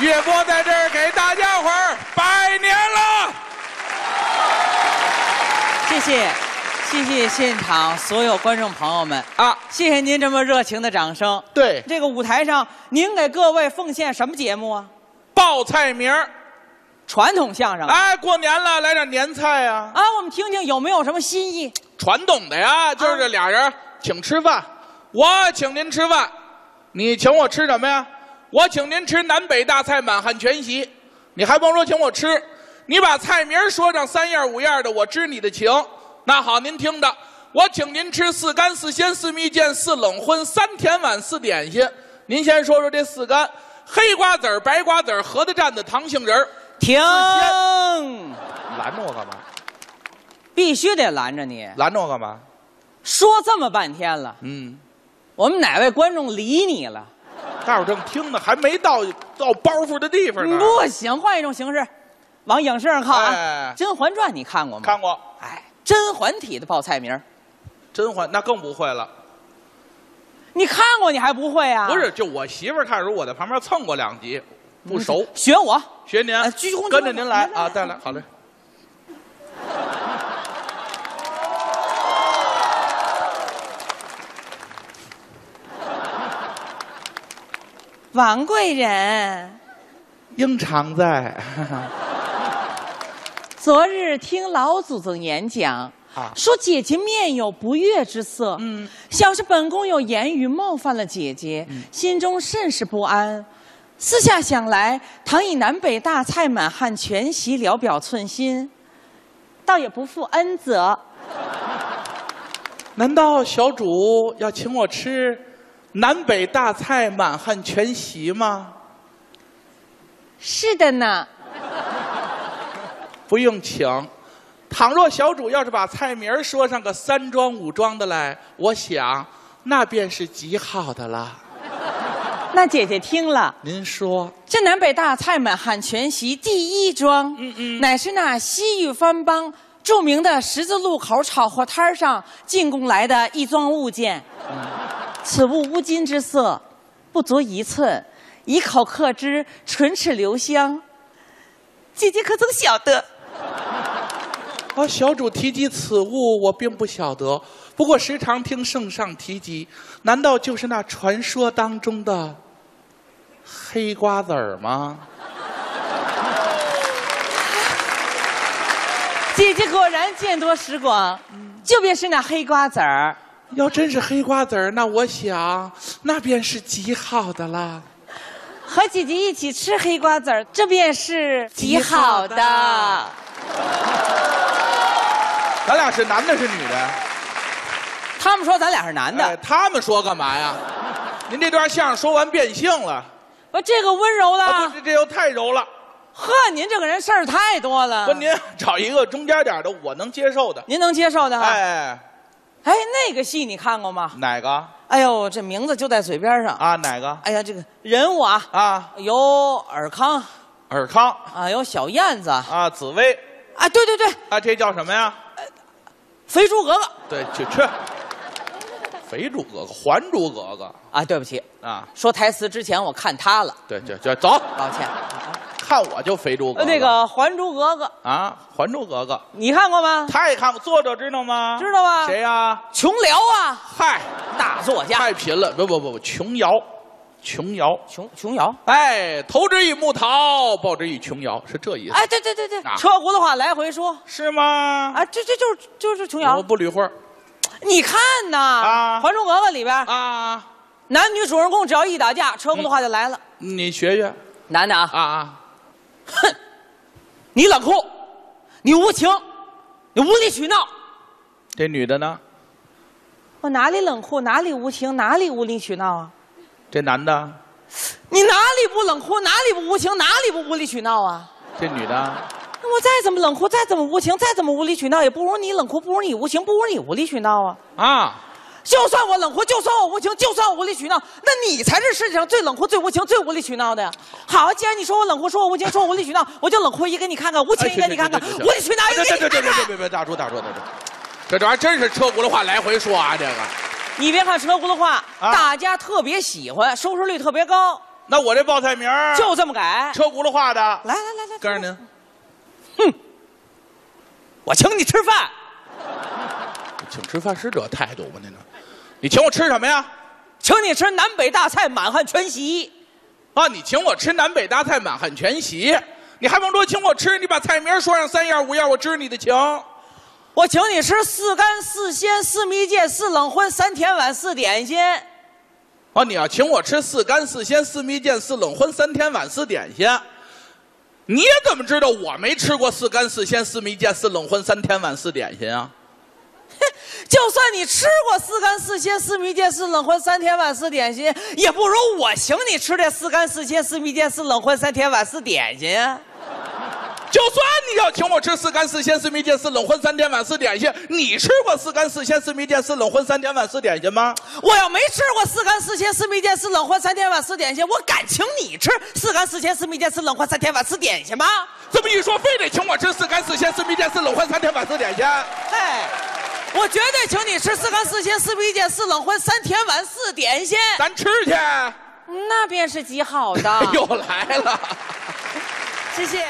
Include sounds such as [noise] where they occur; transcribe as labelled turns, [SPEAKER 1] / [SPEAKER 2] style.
[SPEAKER 1] 岳波在这儿给大家伙儿拜年了。
[SPEAKER 2] 谢谢，谢谢现场所有观众朋友们
[SPEAKER 1] 啊
[SPEAKER 2] 啊！谢谢您这么热情的掌声。
[SPEAKER 1] 对
[SPEAKER 2] 这个舞台上，您给各位奉献什么节目啊？
[SPEAKER 1] 报菜名儿
[SPEAKER 2] 传统相声啊！
[SPEAKER 1] 哎，过年了，来点年菜啊，
[SPEAKER 2] 啊，我们听听有没有什么新意？
[SPEAKER 1] 传统的呀，就是这俩人请吃饭，我请您吃饭，你请我吃什么呀？我请您吃南北大菜满汉全席，你还甭说请我吃，你把菜名儿说上三样五样的，我知你的情。那好，您听着，我请您吃四干四鲜四蜜饯四冷荤三甜碗四点心。您先说说这四干：黑瓜子儿、白瓜子儿、核桃蘸子、糖杏仁儿。
[SPEAKER 2] 停！
[SPEAKER 1] 拦着我干嘛？
[SPEAKER 2] 必须得拦着你。
[SPEAKER 1] 拦着我干嘛？
[SPEAKER 2] 说这么半天了，
[SPEAKER 1] 嗯，
[SPEAKER 2] 我们哪位观众理你了？
[SPEAKER 1] 大伙儿正听呢，还没到到包袱的地方呢。
[SPEAKER 2] 不行，换一种形式，往影视上靠啊！
[SPEAKER 1] 哎
[SPEAKER 2] 甄嬛传》你看过吗？
[SPEAKER 1] 看。过
[SPEAKER 2] 哎，甄嬛体的报菜名儿，
[SPEAKER 1] 甄嬛，那更不会了。
[SPEAKER 2] 你看过你还不会啊？
[SPEAKER 1] 不是，就我媳妇儿看的时候，我在旁边蹭过两集，不熟。
[SPEAKER 2] 学我。
[SPEAKER 1] 学您啊
[SPEAKER 2] 哎鞠躬，
[SPEAKER 1] 跟着您来
[SPEAKER 2] 鞠躬
[SPEAKER 1] 啊，带来，好嘞。
[SPEAKER 2] 王贵人，
[SPEAKER 1] 应常在，
[SPEAKER 2] 昨日听老祖宗演讲，
[SPEAKER 1] [laughs] 啊
[SPEAKER 2] 说姐姐面有不悦之色。
[SPEAKER 1] 嗯
[SPEAKER 2] 小是本宫有言语冒犯了姐姐，心中甚是不安。私下想来，倘以南北大菜满汉全席聊表寸心，倒也不负恩泽。
[SPEAKER 1] 难道小主要请我吃南北大菜满汉全席吗？
[SPEAKER 2] 是的呢，
[SPEAKER 1] 不用请。倘若小主要是把菜名儿说上个三桩五桩的来，我想那便是极好的了。
[SPEAKER 2] 那姐姐听了。
[SPEAKER 1] 您说，
[SPEAKER 2] 这南北大菜满汉全席第一桩，
[SPEAKER 1] 嗯嗯
[SPEAKER 2] 乃是那西域番邦著名的十字路口炒货摊上进贡来的一桩物件。
[SPEAKER 1] 嗯
[SPEAKER 2] 此物乌金之色，不足一寸，一口克之，唇齿留香。姐姐可曾晓得？
[SPEAKER 1] 啊，小主提及此物，我并不晓得，不过时常听圣上提及，难道就是那传说当中的黑瓜子儿吗？
[SPEAKER 2] 姐姐果然见多识广，
[SPEAKER 1] 嗯
[SPEAKER 2] 就便是那黑瓜子儿。
[SPEAKER 1] 要真是黑瓜子儿，那我想那便是极好的了。
[SPEAKER 2] 和姐姐一起吃黑瓜子儿，这便是极好
[SPEAKER 1] 极好
[SPEAKER 2] 的
[SPEAKER 1] 咱俩是男的，是女的？
[SPEAKER 2] 他们说咱俩是男的。
[SPEAKER 1] 哎，他们说干嘛呀？您这段相声说完变性了，
[SPEAKER 2] 我这个温柔
[SPEAKER 1] 啊、不，
[SPEAKER 2] 了
[SPEAKER 1] 这，这又太柔了。
[SPEAKER 2] 呵，您这个人事儿太多了。
[SPEAKER 1] 不，您找一个中间点儿的，我能接受的。
[SPEAKER 2] 您能接受的哈？哎
[SPEAKER 1] 哎，
[SPEAKER 2] 那个戏你看过吗？
[SPEAKER 1] 哪个
[SPEAKER 2] 哎呦，这名字就在嘴边上啊！
[SPEAKER 1] 啊？哪个
[SPEAKER 2] 哎呀，这个人物啊，
[SPEAKER 1] 啊？
[SPEAKER 2] 有尔康
[SPEAKER 1] 尔康
[SPEAKER 2] 啊，有小燕子啊，
[SPEAKER 1] 啊，紫薇
[SPEAKER 2] 对对对，
[SPEAKER 1] 啊，这叫什么呀？
[SPEAKER 2] 肥猪格格
[SPEAKER 1] 对，去去。肥猪哥哥，还猪哥哥
[SPEAKER 2] 啊，对不起，
[SPEAKER 1] 啊，
[SPEAKER 2] 说台词之前我看他了，
[SPEAKER 1] 对，就就走，
[SPEAKER 2] 抱歉。
[SPEAKER 1] 看我就肥猪哥
[SPEAKER 2] 呃，
[SPEAKER 1] 哥。
[SPEAKER 2] 那个《还珠格格》，
[SPEAKER 1] 啊，还珠格格，
[SPEAKER 2] 你看过吗？
[SPEAKER 1] 他也看过，作者知道吗？
[SPEAKER 2] 知道啊
[SPEAKER 1] 谁呀？
[SPEAKER 2] 琼瑶啊，
[SPEAKER 1] 嗨，
[SPEAKER 2] 大作家
[SPEAKER 1] 太贫了，不不不不，琼瑶，琼瑶。
[SPEAKER 2] 琼琼瑶。
[SPEAKER 1] 哎，投之以木桃，报之以琼瑶，是这意思、
[SPEAKER 2] 哎，对对对对
[SPEAKER 1] 啊，
[SPEAKER 2] 车轱辘话来回说
[SPEAKER 1] 是吗？
[SPEAKER 2] 啊，这这就是就是琼
[SPEAKER 1] 我
[SPEAKER 2] 瑶。
[SPEAKER 1] 不捋会儿
[SPEAKER 2] 你看呐，
[SPEAKER 1] 啊
[SPEAKER 2] 《还珠格格》里边
[SPEAKER 1] 啊，
[SPEAKER 2] 男女主人公只要一打架，车轱辘话就来了。
[SPEAKER 1] 你学学
[SPEAKER 2] 嗯男的啊，
[SPEAKER 1] 啊啊，
[SPEAKER 2] 你冷酷，你无情，你无理取闹。
[SPEAKER 1] 这女的呢？
[SPEAKER 2] 我哪里冷酷，哪里无情，哪里无理取闹啊？
[SPEAKER 1] 这男的？
[SPEAKER 2] 你哪里不冷酷，哪里不无情，哪里不无理取闹啊？
[SPEAKER 1] 这女的？
[SPEAKER 2] 那我再怎么冷酷，再怎么无情，再怎么无理取闹，也不如你冷酷，不如你无情，不如你无理取闹啊！
[SPEAKER 1] 啊，
[SPEAKER 2] 就算我冷酷，就算我无情，就算我无理取闹，那你才是世界上最冷酷、最无情、最无理取闹的呀！好，既然你说我冷酷，说我无情，说我无理取闹，我就冷酷一个你看看，无情一个你看看，无理取闹一个
[SPEAKER 1] 啊对对
[SPEAKER 2] 哎你
[SPEAKER 1] 对对
[SPEAKER 2] 看
[SPEAKER 1] 对
[SPEAKER 2] 看
[SPEAKER 1] 对，。别别大叔大叔大叔，这这玩意儿真是车轱辘话来回说啊，这个
[SPEAKER 2] 你别看车轱辘话，
[SPEAKER 1] 啊
[SPEAKER 2] 大家特别喜欢，收视率特别高。
[SPEAKER 1] 那我这报菜名儿
[SPEAKER 2] 就这么改。
[SPEAKER 1] 车轱辘话的，
[SPEAKER 2] 来来来来，
[SPEAKER 1] 告诉您，
[SPEAKER 3] 我请你吃饭，
[SPEAKER 1] 请吃饭是这态度吗？您这，你请我吃什么呀？
[SPEAKER 3] 请你吃南北大菜满汉全席。
[SPEAKER 1] 啊，你请我吃南北大菜满汉全席，你还甭说请我吃，你把菜名说上三样五样，我知你的情。啊
[SPEAKER 2] 我请你吃四干四鲜四蜜饯四冷荤三甜碗四点心。
[SPEAKER 1] 啊，你要请我吃四干四鲜四蜜饯四冷荤三天碗四点心，你怎么知道我没吃过四干四鲜四蜜饯四冷荤三天碗四点心啊？
[SPEAKER 2] 就算你吃过四干四鲜四蜜饯四冷荤三甜碗四点心，也不如我请你吃这四干四鲜四蜜饯四冷荤三甜碗四点心啊！
[SPEAKER 1] 就算你要请我吃四干四鲜四蜜饯四冷荤三天碗四点心，你吃过四干四鲜四蜜饯四冷荤三天碗四点心吗？
[SPEAKER 2] 我要没吃过四干四鲜四蜜饯四冷荤三甜碗四点心，我敢请你吃四干四鲜四蜜饯四冷荤三甜碗四点心吗？
[SPEAKER 1] 这么一说，非得请我吃四干四鲜四蜜饯四冷荤三天碗四点心，
[SPEAKER 2] 嘿，我绝对请你吃四干四鲜四蜜饯四冷荤三甜碗四点 [laughs] 心。
[SPEAKER 1] 咱吃去。
[SPEAKER 2] 那便是极好的。
[SPEAKER 1] 哎又来了。
[SPEAKER 2] 谢谢。